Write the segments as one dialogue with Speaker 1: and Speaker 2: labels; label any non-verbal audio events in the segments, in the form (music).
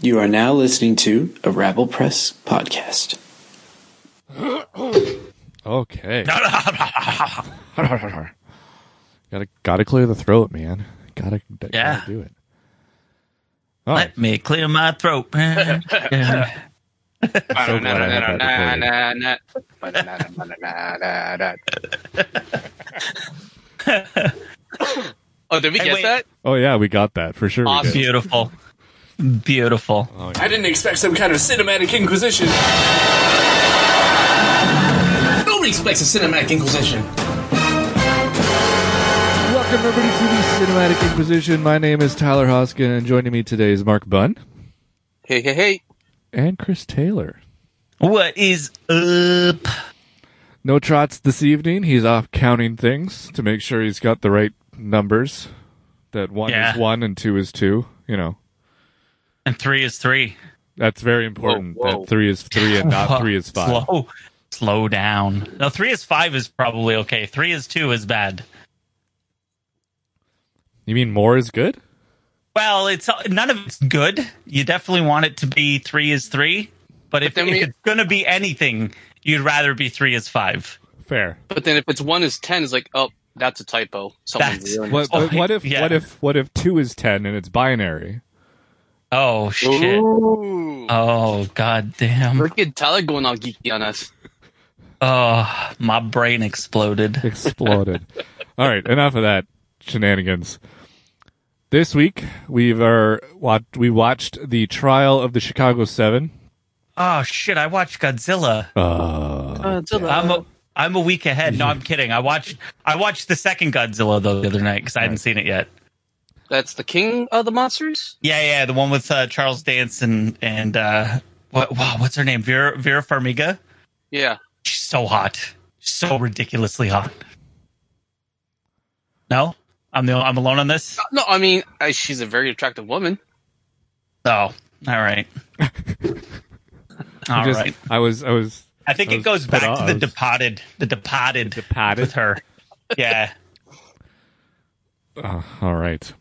Speaker 1: You are now listening to a Rabble Press podcast.
Speaker 2: Okay. (laughs) gotta gotta clear the throat, man. Gotta, gotta
Speaker 3: Yeah.
Speaker 2: do it. All right.
Speaker 3: (laughs) Let me clear my throat, (laughs) man. Yeah.
Speaker 2: so glad I had that recorded.
Speaker 4: (laughs) oh, did we
Speaker 3: Hey,
Speaker 4: get
Speaker 3: wait.
Speaker 4: that?
Speaker 2: Oh yeah, we got that for sure. we
Speaker 4: Awesome.
Speaker 2: did.
Speaker 3: Beautiful. Beautiful.
Speaker 2: Oh, yeah.
Speaker 5: I didn't expect some kind of cinematic inquisition. Nobody expects a cinematic inquisition.
Speaker 2: Welcome everybody to the Cinematic Inquisition. My name is Tyler Hoskin, and joining me today is Mark Bunn
Speaker 4: Hey, hey, hey.
Speaker 2: and Chris Taylor.
Speaker 3: What is up?
Speaker 2: No trots this evening. He's off counting things to make sure he's got the right numbers. That one
Speaker 3: Yeah.
Speaker 2: is one and two is two. You know,
Speaker 3: And three is three.
Speaker 2: that's very important.
Speaker 4: whoa.
Speaker 2: That three is three and not three is five.
Speaker 3: Slow, slow down. No, three is five is probably okay. Three is two is bad.
Speaker 2: You mean more is good?
Speaker 3: Well, it's none of it's good. You definitely want it to be three is three, but if,
Speaker 4: then
Speaker 3: if
Speaker 4: we-
Speaker 3: it's gonna be anything, you'd rather be three is five.
Speaker 2: Fair.
Speaker 4: But then if it's one is ten, it's like, oh, that's a typo. Someone's
Speaker 3: That's-
Speaker 4: ruined
Speaker 2: What,
Speaker 3: Oh,
Speaker 2: but what if
Speaker 3: yeah.
Speaker 2: what if what if two is ten and it's binary?
Speaker 3: Oh (laughs) shit!
Speaker 4: it. Ooh.
Speaker 3: Oh god damn!
Speaker 4: Look at Tyler going all geeky on us.
Speaker 3: Oh, my brain exploded.
Speaker 2: Exploded.
Speaker 3: (laughs)
Speaker 2: All right, enough of that shenanigans. This week we've uh, watched, we watched the trial of the Chicago Seven.
Speaker 3: Oh shit! I watched Godzilla.
Speaker 2: Uh,
Speaker 3: I'm a, I'm a week ahead. No, I'm kidding. I watched I watched the second Godzilla though the other night because I hadn't seen it yet.
Speaker 4: That's the king of the monsters?
Speaker 3: Yeah, yeah, the one with uh, Charles Dance and and uh, what wow, what's her name? Vera Vera Farmiga.
Speaker 4: Yeah.
Speaker 3: She's so hot, so ridiculously hot. No, I'm the I'm alone on this.
Speaker 4: Uh, No, I mean, I, she's a very attractive woman.
Speaker 3: Oh, all
Speaker 2: (laughs)
Speaker 3: right. All right.
Speaker 2: just- I was I was
Speaker 3: I think
Speaker 2: I
Speaker 3: it
Speaker 2: was
Speaker 3: goes
Speaker 2: put
Speaker 3: back
Speaker 2: off.
Speaker 3: to the Departed. The Departed.
Speaker 2: Departed.
Speaker 3: with her. Yeah.
Speaker 2: uh, all right.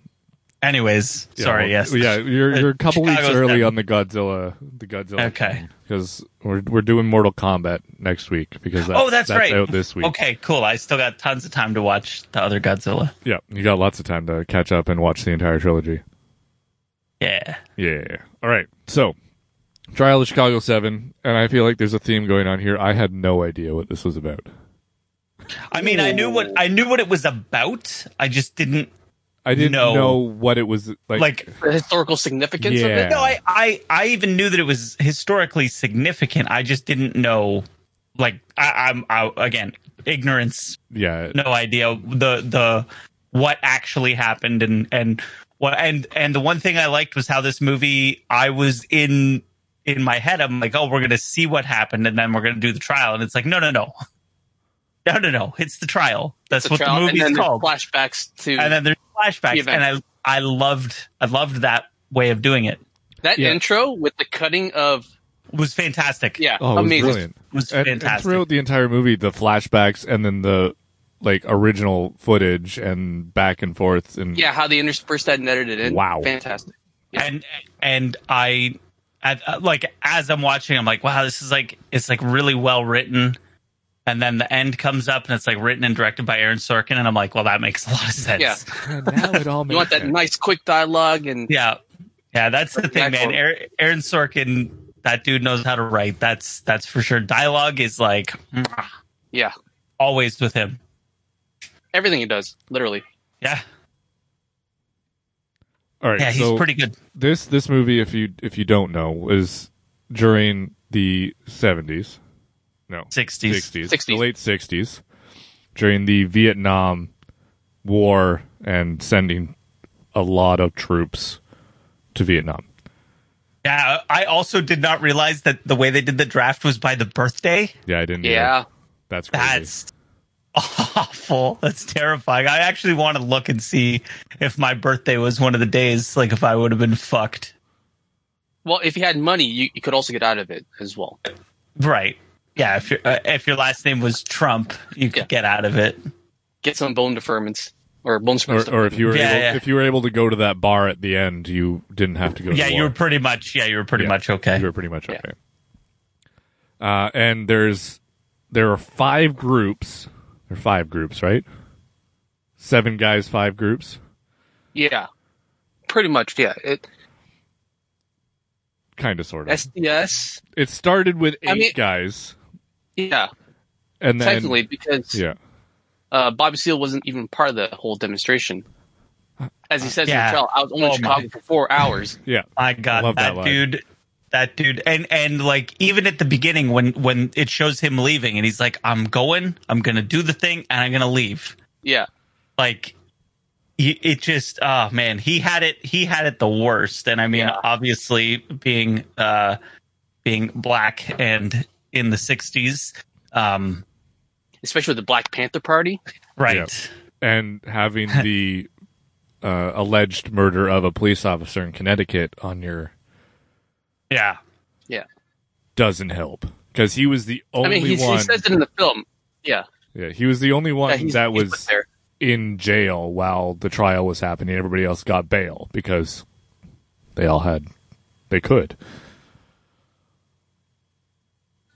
Speaker 3: Anyways, sorry.
Speaker 2: well,
Speaker 3: yes.
Speaker 2: Yeah, you're
Speaker 3: Uh,
Speaker 2: you're a couple weeks
Speaker 3: Chicago's
Speaker 2: early
Speaker 3: done.
Speaker 2: on the Godzilla the Godzilla.
Speaker 3: Okay.
Speaker 2: Because we're we're doing Mortal Kombat next week because that,
Speaker 3: Oh, that's right.
Speaker 2: out this week.
Speaker 3: Okay, cool. I still got tons of time to watch the other Godzilla.
Speaker 2: Yeah, you got lots of time to catch up and watch the entire trilogy.
Speaker 3: Yeah.
Speaker 2: Yeah. All right. So, Trial of Chicago 7, and I feel like there's a theme going on here. I had no idea what this was about.
Speaker 3: I mean, I knew what I knew what it was about. I just didn't
Speaker 2: I didn't
Speaker 3: No.
Speaker 2: know what it was like.
Speaker 3: like.
Speaker 4: The historical significance of
Speaker 2: Yeah.
Speaker 4: it.
Speaker 3: No, I, I I even knew that it was historically significant. I just didn't know. Like I, I'm I, again ignorance,
Speaker 2: yeah.
Speaker 3: no idea the the what actually happened and and what and and the one thing I liked was how this movie I was in in my head I'm like oh we're gonna see what happened and then we're gonna do the trial and it's like no no no (laughs) no no no it's the trial that's
Speaker 4: It's a
Speaker 3: what
Speaker 4: trial,
Speaker 3: the
Speaker 4: and
Speaker 3: movie's
Speaker 4: then there's
Speaker 3: called
Speaker 4: flashbacks to
Speaker 3: and then there's
Speaker 4: The
Speaker 3: flashbacks
Speaker 4: event.
Speaker 3: and I I loved I loved that way of doing it
Speaker 4: that
Speaker 2: yeah.
Speaker 4: intro with the cutting of.
Speaker 3: it was fantastic
Speaker 4: Yeah,
Speaker 2: Oh, it was
Speaker 4: amazing.
Speaker 2: brilliant.
Speaker 3: it was
Speaker 2: And, and
Speaker 3: fantastic
Speaker 2: throughout the entire movie, the flashbacks and then the like original footage and back and forth and
Speaker 4: Yeah, how they interspersed that and edited it. in.
Speaker 2: Wow.
Speaker 4: Fantastic.
Speaker 3: and and I, at, uh, like as I'm watching, I'm like, wow, this is like it's like really well written. And then the end comes up, and it's like written and directed by Aaron Sorkin, and I'm like, well, that makes a lot of sense.
Speaker 4: Yeah.
Speaker 2: (laughs) And now it all
Speaker 4: You want that nice quick dialogue and
Speaker 3: yeah, Yeah, That's the thing, man.
Speaker 4: Excellent.
Speaker 3: Aaron, Aaron Sorkin, that dude knows how to write. That's that's for sure. Dialogue is like mwah,
Speaker 4: yeah,
Speaker 3: always with him.
Speaker 4: everything he does, literally.
Speaker 3: Yeah,
Speaker 2: All right.
Speaker 3: yeah, he's
Speaker 2: so-
Speaker 3: pretty good.
Speaker 2: this this movie if you if you don't know is during the 70s no
Speaker 3: 60s.
Speaker 2: 60s,
Speaker 4: 60s.
Speaker 2: the late 60s during the Vietnam war and sending a lot of troops to Vietnam
Speaker 3: Yeah, I also did not realize that the way they did the draft was by the birthday.
Speaker 2: yeah I didn't either.
Speaker 4: Yeah.
Speaker 2: that's crazy.
Speaker 3: That's awful. That's terrifying. I actually want to look and see if my birthday was one of the days, like if I would have been fucked.
Speaker 4: Well, if you had money, you, you could also get out of it as well.
Speaker 3: Right. Yeah. If your uh, if your last name was Trump, you could
Speaker 4: Yeah.
Speaker 3: get out of it.
Speaker 4: Get some bone deferments. or Bloomsbury.
Speaker 2: or, or if you were
Speaker 3: Yeah,
Speaker 2: able,
Speaker 3: yeah.
Speaker 2: if you were able to go to that bar at the end, you didn't have to go. to
Speaker 3: yeah,
Speaker 2: the
Speaker 3: you were
Speaker 2: war.
Speaker 3: pretty much yeah, you were pretty
Speaker 2: Yeah,
Speaker 3: much okay.
Speaker 2: You were pretty much
Speaker 4: Yeah.
Speaker 2: okay. Uh, and there's there are five groups. There are five groups, right? Seven guys, five groups.
Speaker 4: yeah, pretty much. Yeah, it,
Speaker 2: Kind of, sort of.
Speaker 4: SDS.
Speaker 2: it started with eight
Speaker 4: I mean-
Speaker 2: guys,
Speaker 4: Yeah,
Speaker 2: and then
Speaker 4: technically because
Speaker 2: yeah,
Speaker 4: uh, Bobby Seale wasn't even part of the whole demonstration. As he says
Speaker 3: Yeah.
Speaker 4: in the trial, I was only
Speaker 3: Oh,
Speaker 4: in Chicago
Speaker 3: my.
Speaker 4: for four hours.
Speaker 2: yeah,
Speaker 3: I
Speaker 2: I
Speaker 3: got
Speaker 2: love that
Speaker 3: that,
Speaker 2: line.
Speaker 3: dude. That dude, and and like even at the beginning when when it shows him leaving, and he's like, "I'm going, I'm gonna do the thing, and I'm gonna leave."
Speaker 4: Yeah,
Speaker 3: Like, y- it just, oh man, he had it, he had it the worst. And I mean,
Speaker 4: Yeah.
Speaker 3: obviously being uh being black and in the '60s, um,
Speaker 4: especially with the Black Panther Party.
Speaker 3: right?
Speaker 2: and having the uh, alleged murder of a police officer in Connecticut on your
Speaker 3: yeah.
Speaker 2: doesn't help because he was the
Speaker 4: I
Speaker 2: only
Speaker 4: mean, he's,
Speaker 2: one.
Speaker 4: he says it in the film. Yeah,
Speaker 2: yeah, he was the only one
Speaker 4: yeah he's-
Speaker 2: that
Speaker 4: he's
Speaker 2: was
Speaker 4: there.
Speaker 2: in jail while the trial was happening. Everybody else got bail because they all had they could.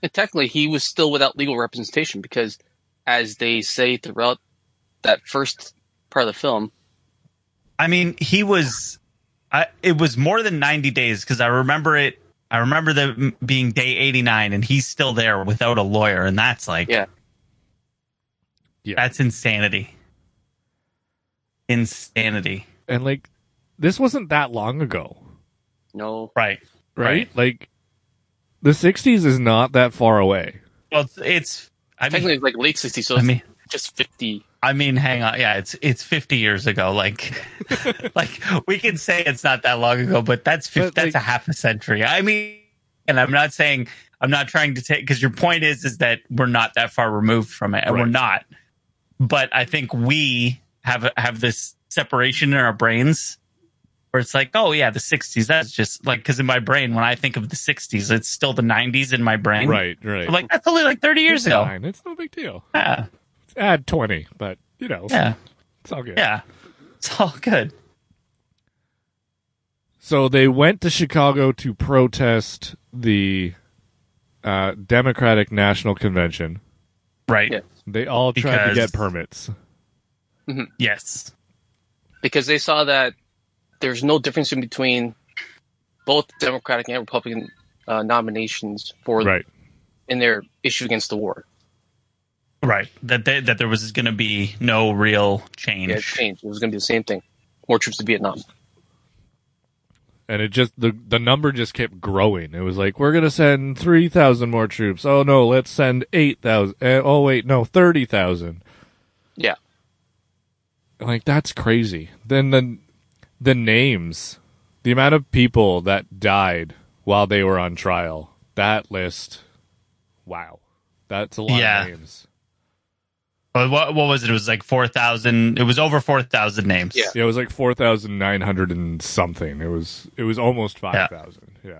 Speaker 4: And technically, he was still without legal representation because, as they say throughout that first part of the film,
Speaker 3: I mean, he was. I, it was more than ninety days because I remember it. I remember the being day eighty nine, and he's still there without a lawyer, and that's like,
Speaker 4: Yeah.
Speaker 2: Yeah.
Speaker 3: that's insanity. Insanity,
Speaker 2: And like this wasn't that long ago,
Speaker 4: no,
Speaker 3: right?
Speaker 2: right? Like the 60s is not that far away.
Speaker 3: Well, it's. it's I
Speaker 4: technically
Speaker 3: mean,
Speaker 4: it's like late '60s, so
Speaker 3: I
Speaker 4: it's
Speaker 3: mean,
Speaker 4: just fifty.
Speaker 3: I mean, hang on, yeah, it's it's fifty years
Speaker 2: (laughs)
Speaker 3: ago. Like, like we can say it's not that long ago, but that's fif-
Speaker 2: But,
Speaker 3: that's
Speaker 2: like-
Speaker 3: a half a century. I mean, and I'm not saying I'm not trying to take because your point is is that we're not that far removed from it, and we're
Speaker 2: Right.
Speaker 3: not. But I think we have have this separation in our brains where it's like, oh yeah, the '60s. That's just like because in my brain, when I think of the '60s, it's still the '90s in my brain.
Speaker 2: Right, right.
Speaker 3: I'm like that's only like thirty years
Speaker 2: it's
Speaker 3: ago.
Speaker 2: fine. It's no big deal.
Speaker 3: Yeah,
Speaker 2: Add 20, but you know,
Speaker 3: yeah,
Speaker 2: it's all good.
Speaker 3: yeah. It's all good.
Speaker 2: So they went to Chicago to protest the uh, Democratic National Convention.
Speaker 3: Right.
Speaker 4: Yeah.
Speaker 2: They all tried to
Speaker 3: Because-
Speaker 2: get permits.
Speaker 3: Yes.
Speaker 4: because they saw that there's no difference in between both Democratic and Republican uh, nominations for
Speaker 2: Right.
Speaker 4: in their issue against the war.
Speaker 3: Right. That they, that there was going to be no real change.
Speaker 4: Yeah, it changed. It was going to be the same thing. More troops to Vietnam.
Speaker 2: and it just the the number just kept growing. It was like we're gonna send three thousand more troops. Oh no, let's send eight thousand. Oh wait, no, thirty thousand.
Speaker 4: Yeah,
Speaker 2: Like that's crazy. Then the the names, the amount of people that died while they were on trial. That list, wow, that's a lot
Speaker 3: Yeah.
Speaker 2: of names.
Speaker 3: Uh, What, what was it? It was like 4,000. It was over 4,000 names.
Speaker 4: Yeah.
Speaker 2: Yeah, it was like four thousand nine hundred and something. It was it was almost five thousand. Yeah.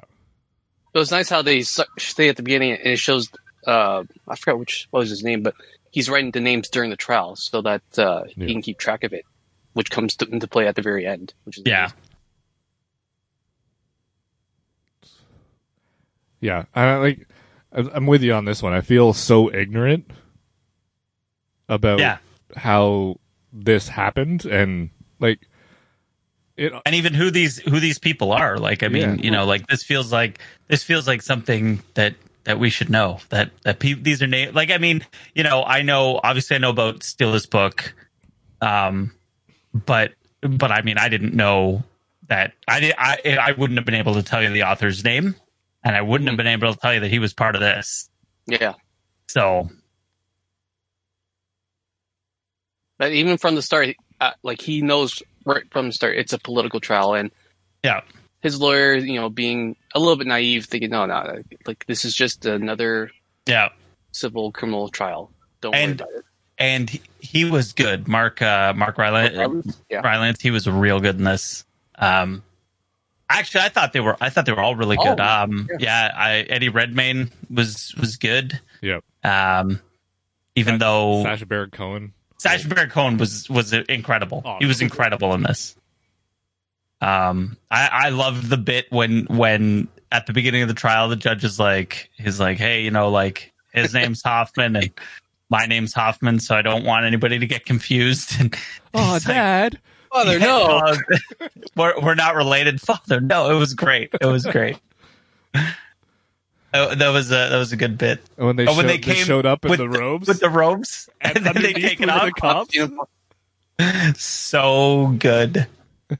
Speaker 4: it was nice how they su- say at the beginning, and it shows. Uh, I forgot which what was his name, but he's writing the names during the trial so that uh,
Speaker 2: Yeah.
Speaker 4: he can keep track of it, which comes to, into play at the very end. Which is
Speaker 3: Yeah.
Speaker 2: Yeah, I like. I'm I'm with you on this one. I feel so ignorant about
Speaker 3: Yeah.
Speaker 2: how this happened, and like it.
Speaker 3: And even who these who these people are. Like, I mean,
Speaker 2: Yeah.
Speaker 3: you know, like this feels like this feels like something that that we should know that that pe- these are names. Like, I mean, you know, I know obviously I know about Steele's book, um, but but I mean, I didn't know that I did. I I wouldn't have been able to tell you the author's name, and I wouldn't have been able to tell you that he was part of this.
Speaker 4: yeah.
Speaker 3: So
Speaker 4: But even from the start, uh, like he knows right from the start, it's a political trial, and
Speaker 3: yeah,
Speaker 4: his lawyer, you know, being a little bit naive, thinking, no, no, like this is just another
Speaker 3: yeah,
Speaker 4: civil criminal trial. Don't
Speaker 3: And-
Speaker 4: worry about
Speaker 3: and he, he was good. Mark uh, Mark
Speaker 4: it.
Speaker 3: Rylance,
Speaker 4: Regardless, yeah,
Speaker 3: Rylance, he was real good in this. Um, actually, I thought they were. I thought they were all really
Speaker 4: All of
Speaker 3: good.
Speaker 4: them,
Speaker 3: Um,
Speaker 4: yeah.
Speaker 3: yeah, I, Eddie Redmayne was was good.
Speaker 2: Yep.
Speaker 3: Um, even though
Speaker 2: Sasha Baron Cohen.
Speaker 3: Sacha Baron Cohen was was incredible.
Speaker 2: Oh,
Speaker 3: he was incredible in this. Um, I I loved the bit when when at the beginning of the trial the judge is like he's like hey you know like his name's Hoffman and my name's Hoffman so I don't want anybody to get confused (laughs) and
Speaker 2: Oh,
Speaker 3: he's like,
Speaker 2: Dad.
Speaker 4: Father, no.
Speaker 3: (laughs) uh, we're we're not related, Father. No, it was great. It was great. Oh, that was a that was a good bit.
Speaker 2: And when they,
Speaker 3: Oh, when
Speaker 2: showed,
Speaker 3: they came
Speaker 2: showed up in
Speaker 3: with
Speaker 2: the
Speaker 3: the-
Speaker 2: robes, (laughs)
Speaker 3: With the robes, and, then they
Speaker 2: underneath
Speaker 3: take
Speaker 2: were
Speaker 3: it off.
Speaker 2: The cops. (laughs)
Speaker 4: You know,
Speaker 3: So good,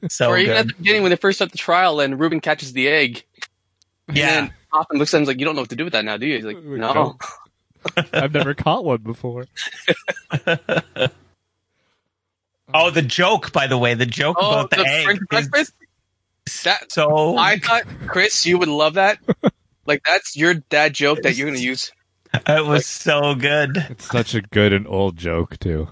Speaker 3: so
Speaker 4: or even at
Speaker 3: good.
Speaker 4: the beginning when they first start the trial and Ruben catches the egg.
Speaker 3: Yeah.
Speaker 4: And then Hoffman looks at him and is like, You don't know what to do with that now, do you? He's like, No.
Speaker 2: No. oh. (laughs) I've never caught one before.
Speaker 3: Oh, the joke, by the way, the joke
Speaker 4: Oh,
Speaker 3: about the,
Speaker 4: the
Speaker 3: egg
Speaker 4: French
Speaker 3: is
Speaker 4: breakfast? That
Speaker 3: so
Speaker 4: I thought Chris, you would love that. Like that's your dad joke that you're gonna use.
Speaker 3: it was so good.
Speaker 2: It's such a good and old joke too.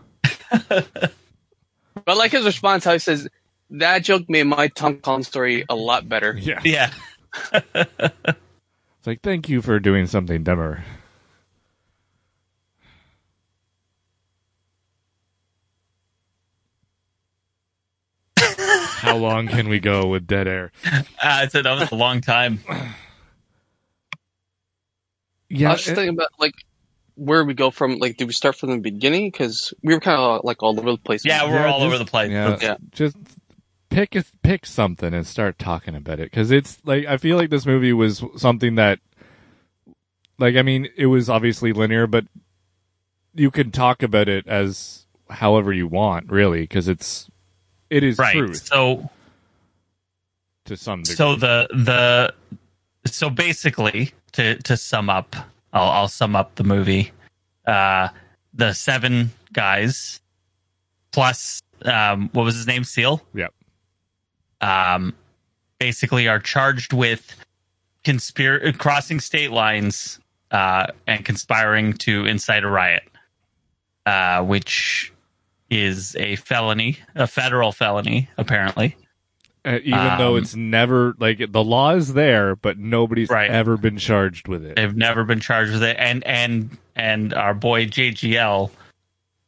Speaker 4: But like his response, how he says that joke made my Tom Collins story a lot better.
Speaker 2: Yeah.
Speaker 3: Yeah,
Speaker 2: It's like thank you for doing something dumber. How long can we go with dead air?
Speaker 3: uh, so that was a long time.
Speaker 2: Yeah,
Speaker 4: I was just thinking about like where we go from. Like, do we start from the beginning? Because we were kind of like all over the place.
Speaker 3: Yeah, we're
Speaker 2: Yeah,
Speaker 3: all
Speaker 2: just-
Speaker 3: over the place.
Speaker 2: Yeah,
Speaker 4: Yeah.
Speaker 2: just pick a, pick something and start talking about it because it's like I feel like this movie was something that, like, I mean, it was obviously linear, but you can talk about it as however you want, really, because it's it is
Speaker 3: right.
Speaker 2: truth
Speaker 3: So
Speaker 2: to some degree.
Speaker 3: so the the so basically to to sum up i'll i'll sum up the movie uh the seven guys plus um what was his name seal
Speaker 2: Yep.
Speaker 3: um basically are charged with conspir crossing state lines uh and conspiring to incite a riot uh which is a felony a federal felony apparently
Speaker 2: Uh, even though
Speaker 3: um,
Speaker 2: it's never like the law is there, but nobody's
Speaker 3: Right.
Speaker 2: ever been charged with it.
Speaker 3: They've never been charged with it. And and and our boy JGL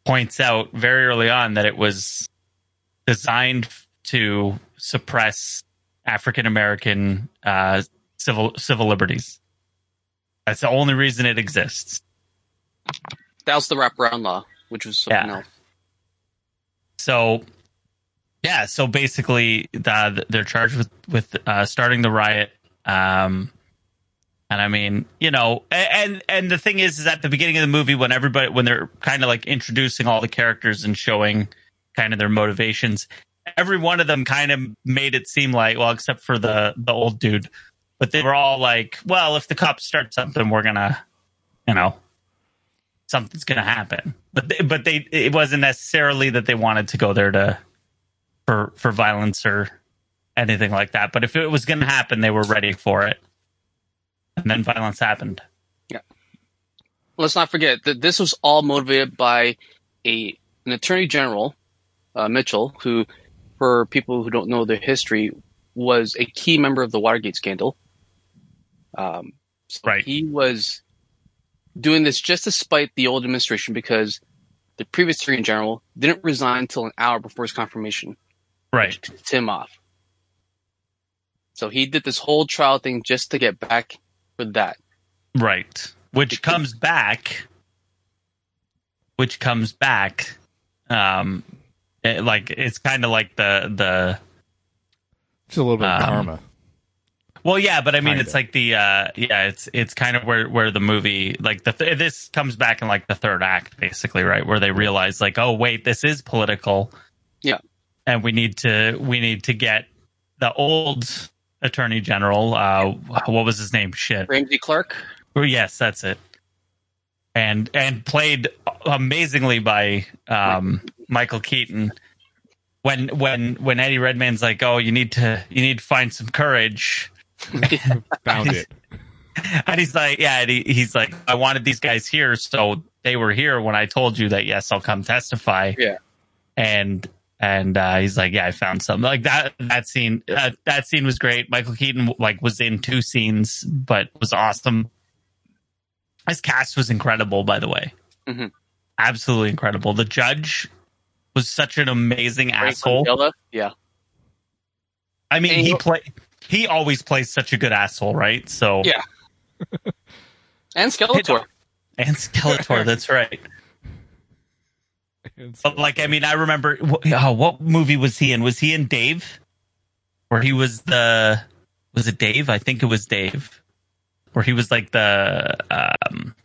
Speaker 3: points out very early on that it was designed to suppress African American uh, civil civil liberties. That's the only reason it exists.
Speaker 4: that was the wraparound law, which was something
Speaker 3: Yeah.
Speaker 4: else.
Speaker 3: So, yeah. So basically, the, they're charged with with uh, starting the riot. Um, and I mean, you know, a- and and the thing is, is at the beginning of the movie when everybody when they're kind of like introducing all the characters and showing kind of their motivations, every one of them kind of made it seem like, well, except for the the old dude, but they were all like, well, if the cops start something, we're gonna, you know, something's going to happen. But they, but they it wasn't necessarily that they wanted to go there to for for violence or anything like that. But if it was going to happen, they were ready for it. And then violence happened.
Speaker 4: Let's not forget that this was all motivated by a an attorney general, uh, Mitchell, who, for people who don't know their history, was a key member of the Watergate scandal. Um,
Speaker 3: Right.
Speaker 4: he was doing this just to spite the old administration because the previous Attorney General didn't resign until an hour before his confirmation,
Speaker 3: Right.
Speaker 4: pissed him off. So he did this whole trial thing just to get back for that.
Speaker 3: Right. Which comes back which comes back um it- like it's kind of like the the
Speaker 2: Just a little bit of
Speaker 3: Um,
Speaker 2: karma.
Speaker 3: (laughs) Well, yeah, but I mean,
Speaker 2: Kinda.
Speaker 3: it's like the uh, yeah, it's it's kind of where where the movie like the th- this comes back in like the third act, basically, right? Where they realize like, oh wait, this is political.
Speaker 4: Yeah.
Speaker 3: and we need to we need to get the old attorney general. Uh, what was his name? Shit. (laughs)
Speaker 4: Ramsey Clark,
Speaker 3: Oh, yes, that's it. And and played amazingly by um, Michael Keaton. When when when Eddie Redmayne's like, oh, you need to you need to find some courage.
Speaker 2: Found it.
Speaker 3: And he's like, yeah, and he, he's like, I wanted these guys here, so they were here when I told you that yes, I'll come testify.
Speaker 4: Yeah.
Speaker 3: And and uh, he's like, yeah, I found something like that. That scene, that that scene was great. Michael Keaton like was in two scenes, but was awesome. His cast was incredible, by the way.
Speaker 4: Mhm.
Speaker 3: absolutely incredible. The judge was such an amazing asshole.
Speaker 4: Mandela. Yeah.
Speaker 3: I mean,
Speaker 4: And
Speaker 3: he
Speaker 4: you-
Speaker 3: play he always plays such a good asshole, right? So
Speaker 4: Yeah. And Skeletor.
Speaker 3: and
Speaker 4: (laughs)
Speaker 3: Skeletor, that's right. But like, I mean, I remember wh- oh, what movie was he in? Was he in Dave? Where he was the was it Dave? I think it was Dave. Where he was like the um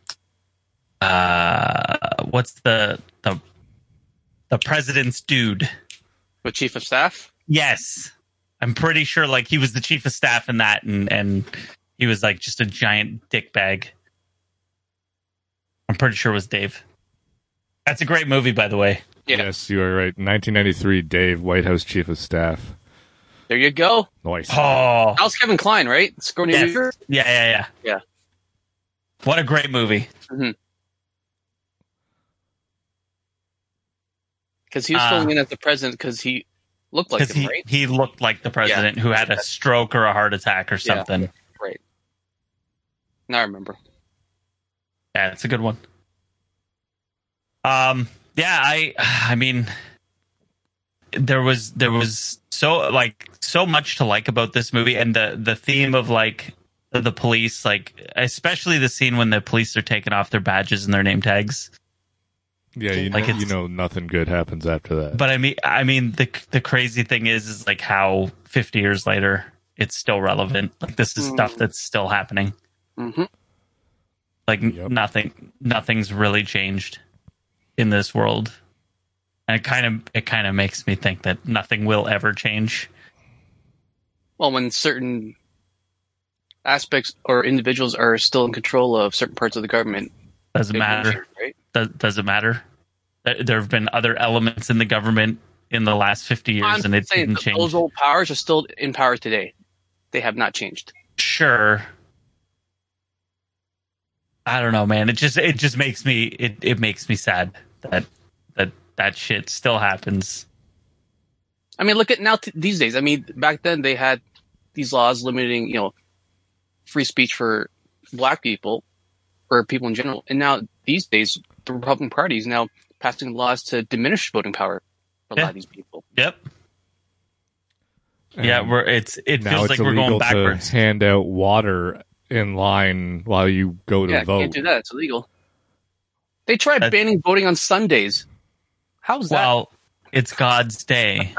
Speaker 3: uh what's the the the president's dude.
Speaker 4: With Chief of Staff.
Speaker 3: Yes. I'm pretty sure like he was the chief of staff in that and and he was like just a giant dick bag. I'm pretty sure it was Dave. That's a great movie by the way.
Speaker 4: Yeah.
Speaker 2: Yes, you are right. 1993, Dave, White House Chief of Staff.
Speaker 4: There you go.
Speaker 2: Nice.
Speaker 3: Oh.
Speaker 4: That was Kevin Klein, right? Sigourney
Speaker 3: Yes.
Speaker 4: Weaver.
Speaker 3: Yeah, yeah, yeah.
Speaker 4: Yeah.
Speaker 3: What a great movie.
Speaker 4: Because he was
Speaker 3: Ah.
Speaker 4: filling in as the president because he looked like
Speaker 3: Because
Speaker 4: him,
Speaker 3: he,
Speaker 4: right?
Speaker 3: he looked like the president who had a stroke or a heart attack or
Speaker 4: Yeah.
Speaker 3: something. Yeah,
Speaker 4: Right. Now I remember.
Speaker 3: it's a good one. Um yeah, I I mean there was there was so like so much to like about this movie and the the theme of like the police like especially the scene when the police are taking off their badges and their name tags
Speaker 2: yeah, you,
Speaker 3: Like
Speaker 2: know,
Speaker 3: it's-
Speaker 2: you know nothing good happens after that.
Speaker 3: But I mean, I mean, the the crazy thing is, is like how 50 years later, it's still relevant. Like this is
Speaker 4: Mm.
Speaker 3: stuff that's still happening.
Speaker 4: hmm
Speaker 3: Like n-
Speaker 2: Yep.
Speaker 3: nothing, nothing's really changed in this world, and it kind of it kind of makes me think that nothing will ever change.
Speaker 4: Well, when certain aspects or individuals are still in control of certain parts of the government,
Speaker 3: Doesn't
Speaker 4: it won't
Speaker 3: matter.
Speaker 4: change, right?
Speaker 3: Does, doesn't matter. There- There have been other elements in the government in the last 50 years,
Speaker 4: I'm
Speaker 3: and it
Speaker 4: saying
Speaker 3: didn't
Speaker 4: that
Speaker 3: change.
Speaker 4: those old powers are still in power today. They have not changed.
Speaker 3: sure i don't know man it just it just makes me it, it makes me sad that that that shit still happens
Speaker 4: I mean, look at now t- these days. I mean, back then they had these laws limiting, you know, free speech for black people or people in general. And now these days, the Republican Party is now passing laws to diminish voting power for a lot
Speaker 3: Yeah.
Speaker 4: of these people.
Speaker 3: yep yeah
Speaker 2: And
Speaker 3: we're it's it
Speaker 2: now
Speaker 3: feels
Speaker 2: it's
Speaker 3: like we're going
Speaker 2: illegal
Speaker 3: backwards
Speaker 2: to hand out water in line while you go to
Speaker 4: yeah,
Speaker 2: vote.
Speaker 4: can't do that. It's illegal. They tried
Speaker 3: That-
Speaker 4: banning voting on Sundays. How's that?
Speaker 3: well it's god's day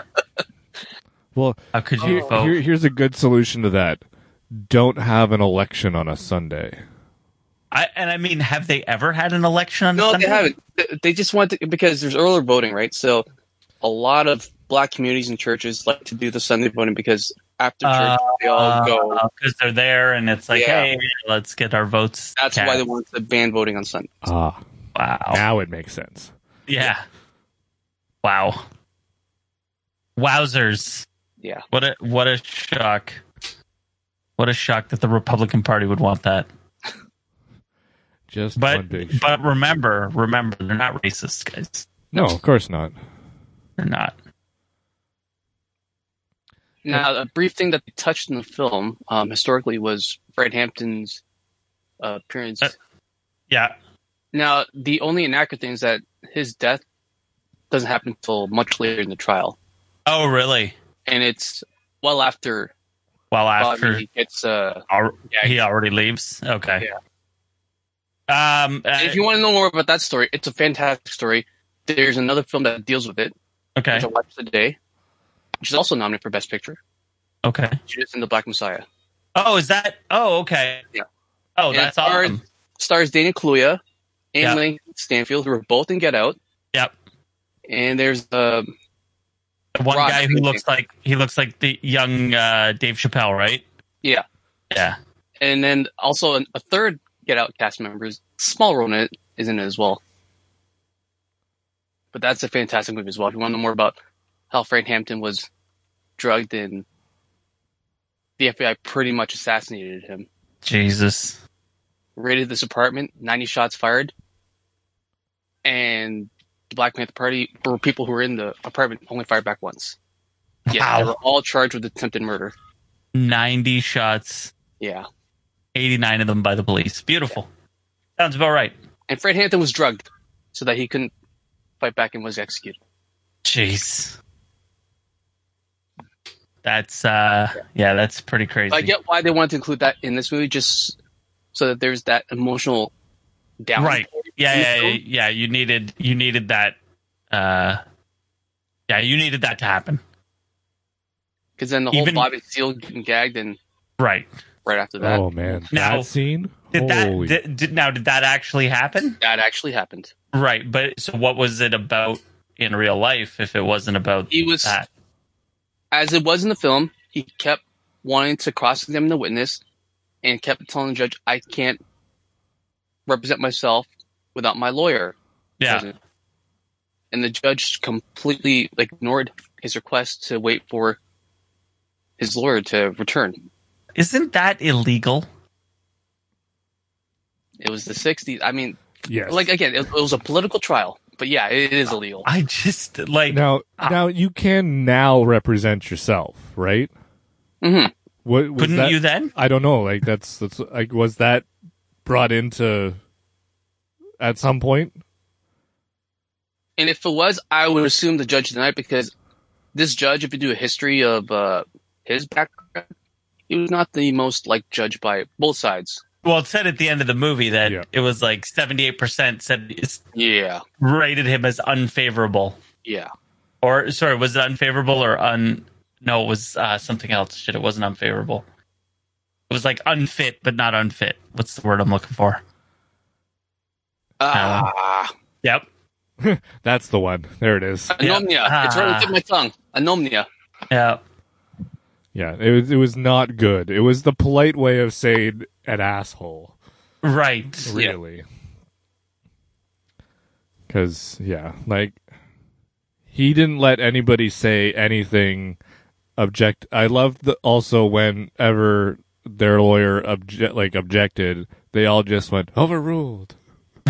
Speaker 2: Well,
Speaker 3: how could you
Speaker 2: here-
Speaker 3: vote
Speaker 2: here- here's a good solution to that. Don't have an election on a Sunday.
Speaker 3: I, and i mean have they ever had an election on
Speaker 4: no,
Speaker 3: Sunday?
Speaker 4: they haven't. They- They just want to because there's earlier voting, right? So a lot of black communities and churches like to do the Sunday voting because after
Speaker 3: Uh,
Speaker 4: church they all go.
Speaker 3: because uh, they're there and it's like
Speaker 4: Oh, Yeah.
Speaker 3: hey let's get our votes
Speaker 4: That's why
Speaker 3: cast.
Speaker 4: they want to ban voting on Sunday.
Speaker 2: Ah,
Speaker 3: wow
Speaker 2: now it makes sense.
Speaker 3: Yeah. Wow. Wowzers.
Speaker 4: Yeah.
Speaker 3: What a what a shock. What a shock that the Republican Party would want that.
Speaker 2: Just one
Speaker 3: But
Speaker 2: big. sh-
Speaker 3: but remember, remember, they're not racist, guys.
Speaker 2: no, of course not.
Speaker 3: They're not.
Speaker 4: Now, a brief thing that they touched in the film um, historically was Fred Hampton's uh, appearance.
Speaker 3: Uh- Yeah.
Speaker 4: now, the only inaccurate thing is that his death doesn't happen until much later in the trial,
Speaker 3: Oh really?
Speaker 4: and it's well after
Speaker 3: Well after
Speaker 4: Bobby gets. Uh,
Speaker 3: al-
Speaker 4: Yeah.
Speaker 3: he already leaves. Okay. Um uh,
Speaker 4: and if you want to know more about that story, it's a fantastic story. There's another film that deals with it,
Speaker 3: okay.
Speaker 4: which I watched today, which is also nominated for Best Picture,
Speaker 3: Okay.
Speaker 4: Judas and the Black Messiah.
Speaker 3: Oh, is that oh okay.
Speaker 4: Yeah.
Speaker 3: Oh,
Speaker 4: And
Speaker 3: that's
Speaker 4: as far as-
Speaker 3: awesome.
Speaker 4: Stars Dana Kaluuya and
Speaker 3: Yeah.
Speaker 4: Langston Stanfield, who were both in Get Out.
Speaker 3: Yep.
Speaker 4: And there's uh,
Speaker 3: The one
Speaker 4: Rock,
Speaker 3: guy who
Speaker 4: I
Speaker 3: looks like he looks like the young uh, Dave Chappelle, right?
Speaker 4: Yeah.
Speaker 3: Yeah.
Speaker 4: and then also an, a third Get Out cast member, is- small role in it, is in it as well. But that's a fantastic movie as well. If you want to know more about how Fred Hampton was drugged and the FBI pretty much assassinated him,
Speaker 3: Jesus.
Speaker 4: raided this apartment, 90 shots fired, and the Black Panther Party or people who were in the apartment only fired back once. Yeah, they
Speaker 3: Wow.
Speaker 4: were all charged with attempted murder.
Speaker 3: 90 shots,
Speaker 4: Yeah.
Speaker 3: 89 of them by the police. Beautiful. Sounds about right.
Speaker 4: And Fred Hampton was drugged. so that he couldn't fight back and was executed.
Speaker 3: Jeez. That's uh yeah, that's pretty crazy.
Speaker 4: I get why they wanted to include that in this movie, just so that there's that emotional down.
Speaker 3: Right. Yeah, yeah, yeah, you needed you needed that uh yeah, you needed that to happen.
Speaker 4: Because then the whole
Speaker 3: Even-
Speaker 4: Bobby Seal getting gagged, and
Speaker 3: Right.
Speaker 4: right after that,
Speaker 2: oh man,
Speaker 3: Now-
Speaker 2: that scene.
Speaker 3: Did
Speaker 2: Holy,
Speaker 3: that did, did, now did that actually happen?
Speaker 4: that actually happened.
Speaker 3: Right, but so what was it about in real life if it wasn't about
Speaker 4: He was-
Speaker 3: that?
Speaker 4: As it was in the film, he kept wanting to cross examine the witness, and kept telling the judge, "I can't represent myself without my lawyer."
Speaker 3: Yeah.
Speaker 4: present. And the judge completely like, ignored his request to wait for his lawyer to return.
Speaker 3: Isn't that illegal?
Speaker 4: It was the 60s. I mean,
Speaker 2: yes.
Speaker 4: like again, it, it was a political trial, but yeah, it is illegal.
Speaker 3: I just like
Speaker 2: now,
Speaker 3: Ah.
Speaker 2: now you can now represent yourself, right?
Speaker 4: Mhm.
Speaker 2: What was
Speaker 3: Mm-hmm. couldn't
Speaker 2: that-
Speaker 3: you then?
Speaker 2: I don't know. Like that's that's like was that brought into at some point?
Speaker 4: And if it was, I would assume the judge denied because this judge, if you do a history of uh, his background, he was not the most like judged by both sides.
Speaker 3: Well, it said at the end of the movie that
Speaker 2: Yeah.
Speaker 3: it was like 78% said it's
Speaker 4: Yeah,
Speaker 3: rated him as unfavorable.
Speaker 4: yeah.
Speaker 3: Or, sorry, was it unfavorable or un. No, it was uh, something else. Shit, it wasn't unfavorable. It was like unfit, but not unfit. What's the word I'm looking for?
Speaker 4: Ah,
Speaker 3: Yep.
Speaker 2: That's the one. There it is.
Speaker 4: anomia. It's right on the tip of my tongue. Anomia.
Speaker 3: Yeah.
Speaker 2: Yeah, it was. It was not good. It was the polite way of saying an asshole.
Speaker 3: Right.
Speaker 4: Yeah.
Speaker 2: Really. Because yeah, like he didn't let anybody say anything. Object. I loved the, also whenever their lawyer obje- like objected, they all just went overruled.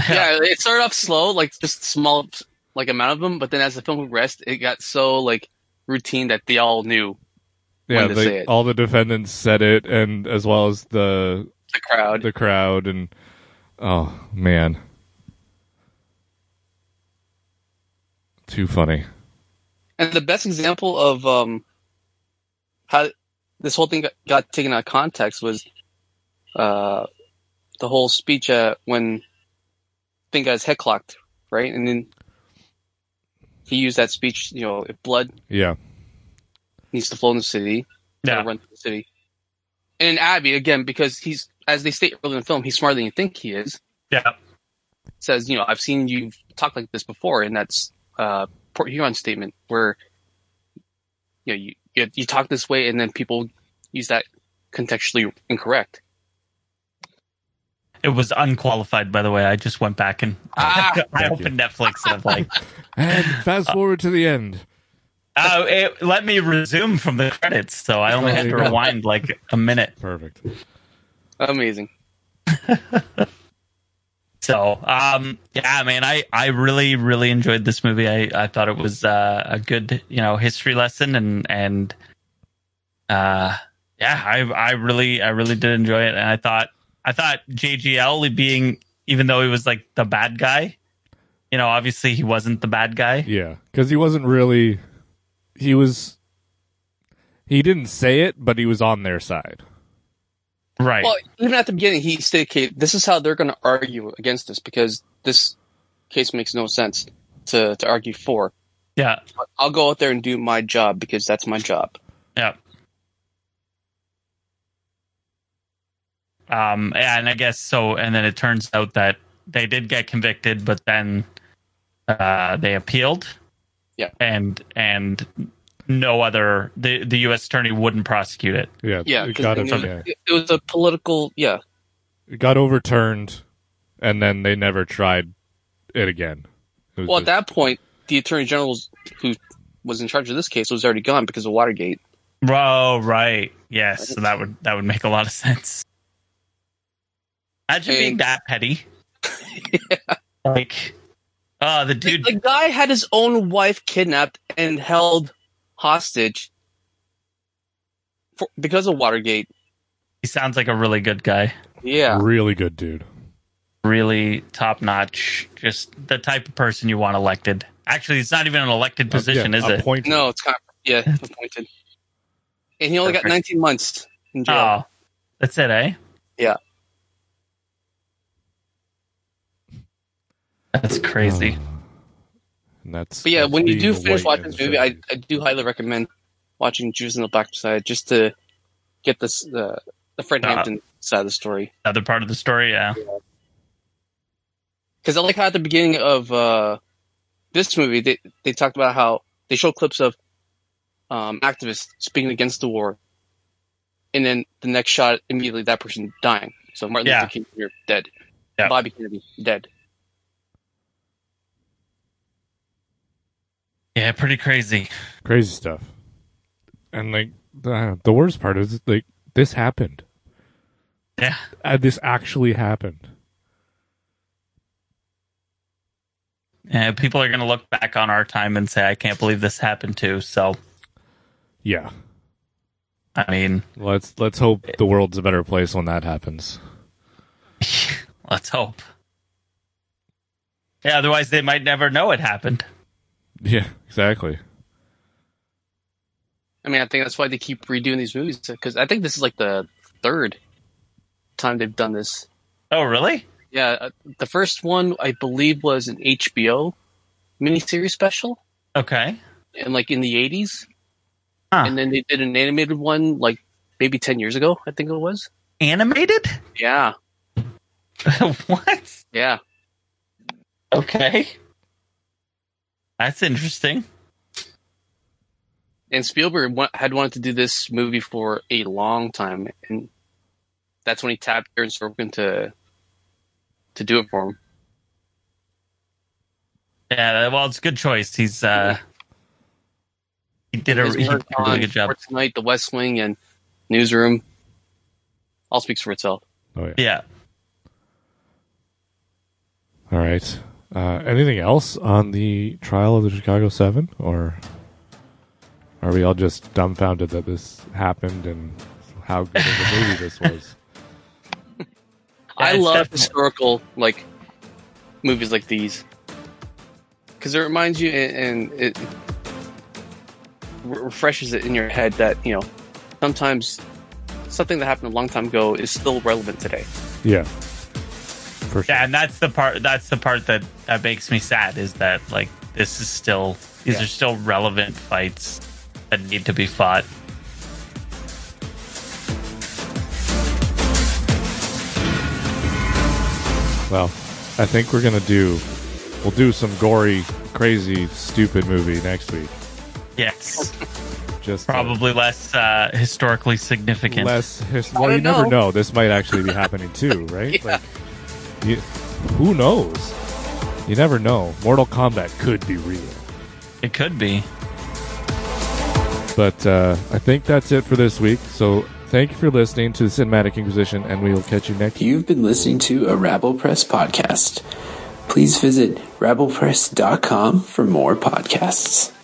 Speaker 4: yeah, it started off slow, like just small, like amount of them. But then as the film progressed, it got so like routine that they all knew
Speaker 2: Yeah,
Speaker 4: to
Speaker 2: they-
Speaker 4: say it.
Speaker 2: all the defendants said it, and as well as the
Speaker 4: the crowd.
Speaker 2: the crowd, and oh man, too funny.
Speaker 4: And the best example of um, how this whole thing got, got taken out of context was uh, the whole speech uh, when thing got his head clocked, right? And then he used that speech. You know, if blood
Speaker 2: Yeah,
Speaker 4: (laughs) needs to flow in the city, yeah.
Speaker 3: Yeah.
Speaker 4: run through the city. And in Abby again, because he's as they state earlier in the film, he's smarter than you think he is.
Speaker 3: Yeah.
Speaker 4: says, you know, I've seen you talk like this before, and that's uh, Port Huron statement where you know you, you you talk this way, and then people use that contextually incorrect.
Speaker 3: It was unqualified, by the way. I just went back and
Speaker 4: Ah,
Speaker 3: (laughs) I
Speaker 2: Thank you.
Speaker 3: opened Netflix and I'm like,
Speaker 2: and fast forward to the end.
Speaker 3: oh, it let me resume from the credits. So I only
Speaker 2: Oh,
Speaker 3: had to
Speaker 2: yeah.
Speaker 3: rewind like a minute.
Speaker 2: Perfect.
Speaker 4: amazing.
Speaker 3: So, um, yeah, man, I, I really, really enjoyed this movie. I, I thought it was uh, a good, you know, history lesson and, and, uh, yeah, I, I really, I really did enjoy it. And I thought, I thought JGL being, even though he was like the bad guy, you know, obviously he wasn't the bad guy.
Speaker 2: Yeah, because he wasn't really. He was. He didn't say it, but he was on their side.
Speaker 3: Right.
Speaker 4: Well, even at the beginning, he stated, "Okay, this is how they're going to argue against this because this case makes no sense to to argue for."
Speaker 3: yeah.
Speaker 4: I'll go out there and do my job because that's my job.
Speaker 3: Yeah. Um, yeah, and I guess so. And then it turns out that they did get convicted, but then uh, they appealed.
Speaker 4: Yeah.
Speaker 3: And and no other the the U.S. attorney wouldn't prosecute it.
Speaker 2: Yeah,
Speaker 4: Yeah,
Speaker 2: It
Speaker 4: 'cause
Speaker 2: got,
Speaker 4: they
Speaker 2: it,
Speaker 4: knew-
Speaker 2: yeah.
Speaker 4: it- it was a political. Yeah,
Speaker 2: It got overturned, and then they never tried it again. It was
Speaker 4: Well, at
Speaker 2: just-
Speaker 4: that point, the attorney general who was in charge of this case was already gone because of Watergate.
Speaker 3: Oh, right. Yes, so that would that would make a lot of sense. Imagine being
Speaker 4: And-
Speaker 3: that petty. Like, oh, the dude.
Speaker 4: The guy had his own wife kidnapped and held hostage for, because of Watergate.
Speaker 3: He sounds like a really good guy.
Speaker 4: Yeah,
Speaker 2: really good dude. Uh,
Speaker 3: really top notch. Just the type of person you want elected. Actually, it's not even an elected position,
Speaker 2: Yeah,
Speaker 3: is it?
Speaker 2: appointed.
Speaker 4: No, it's kind of, yeah, appointed. And he only got
Speaker 3: Perfect.
Speaker 4: 19 months in jail.
Speaker 2: Ah,
Speaker 3: Oh, that's it, eh?
Speaker 4: Yeah.
Speaker 3: That's
Speaker 2: Um.
Speaker 3: crazy.
Speaker 2: Uh, And that's
Speaker 4: But yeah,
Speaker 2: that's
Speaker 4: when you do
Speaker 2: being
Speaker 4: finish
Speaker 2: white
Speaker 4: watching
Speaker 2: in
Speaker 4: this
Speaker 2: the
Speaker 4: movie, I,
Speaker 2: 70s.
Speaker 4: I do highly recommend watching Jews on the Black Side just to get this uh, the Fred
Speaker 2: Ah.
Speaker 3: Uh,
Speaker 4: Hampton side of the story.
Speaker 3: Another part of the story, yeah.
Speaker 4: Because I like how at the beginning of uh, this movie they they talked about how they show clips of um, activists speaking against the war, and then the next shot immediately that person dying. So Martin
Speaker 3: Yeah.
Speaker 4: Luther King Jr. dead,
Speaker 3: Yeah.
Speaker 4: Bobby Kennedy dead.
Speaker 3: Yeah, pretty crazy.
Speaker 2: crazy stuff. And like the, the worst part is like this happened.
Speaker 3: Yeah.
Speaker 2: Uh, this actually happened.
Speaker 3: Yeah, people are going to look back on our time and say, I can't believe this happened too. So,
Speaker 2: Yeah.
Speaker 3: I mean, (laughs)
Speaker 2: Let's let's hope the world's a better place when that happens.
Speaker 3: let's hope. Yeah, otherwise they might never know it happened.
Speaker 2: Yeah, exactly.
Speaker 4: I mean, I think that's why they keep redoing these movies because I think this is like the third time they've done this.
Speaker 3: Oh, really?
Speaker 4: Yeah, uh, the first one I believe was an HBO miniseries special,
Speaker 3: Okay.
Speaker 4: and like in the '80s,
Speaker 3: Huh.
Speaker 4: and then they did an animated one like maybe ten years ago, I think it was.
Speaker 3: Animated?
Speaker 4: Yeah,
Speaker 3: (laughs) what?
Speaker 4: yeah.
Speaker 3: Okay. That's interesting.
Speaker 4: And Spielberg wa- had wanted to do this movie for a long time, and that's when he tapped Aaron Sorkin to to do it for him.
Speaker 3: Yeah, well, it's a good choice. He's uh he did a,
Speaker 4: His
Speaker 3: he did
Speaker 4: work
Speaker 3: a really
Speaker 4: on
Speaker 3: good job.
Speaker 4: Sports Night, The West Wing, and Newsroom all speaks for itself.
Speaker 2: Oh yeah.
Speaker 3: Yeah.
Speaker 2: All right. Uh, anything else on the trial of the Chicago Seven, or are we all just dumbfounded that this happened and how good of a movie this was?
Speaker 4: I
Speaker 3: it's
Speaker 4: love
Speaker 3: definitely-
Speaker 4: historical like movies like these because it reminds you and, and it re- refreshes it in your head that you know sometimes something that happened a long time ago is still relevant today.
Speaker 2: Yeah. For sure.
Speaker 3: Yeah, and that's the part that's the part that that makes me sad is that like this is still these
Speaker 4: Yeah.
Speaker 3: are still relevant fights that need to be fought.
Speaker 2: Well, I think we're gonna do. We'll do some gory, crazy, stupid movie next week.
Speaker 4: (laughs)
Speaker 3: Yes.
Speaker 2: Just to-
Speaker 3: Probably less uh historically significant.
Speaker 4: (laughs)
Speaker 2: less his- well you
Speaker 4: don't
Speaker 2: never
Speaker 4: know.
Speaker 2: know this might actually be happening too
Speaker 4: (laughs)
Speaker 2: right like you, who knows you never know mortal kombat could be real
Speaker 3: It could be.
Speaker 2: but uh, i think that's it for this week so thank you for listening to the cinematic inquisition and we will catch you next
Speaker 1: You've been listening to a Rabble Press podcast. Please visit rabblepress.com for more podcasts.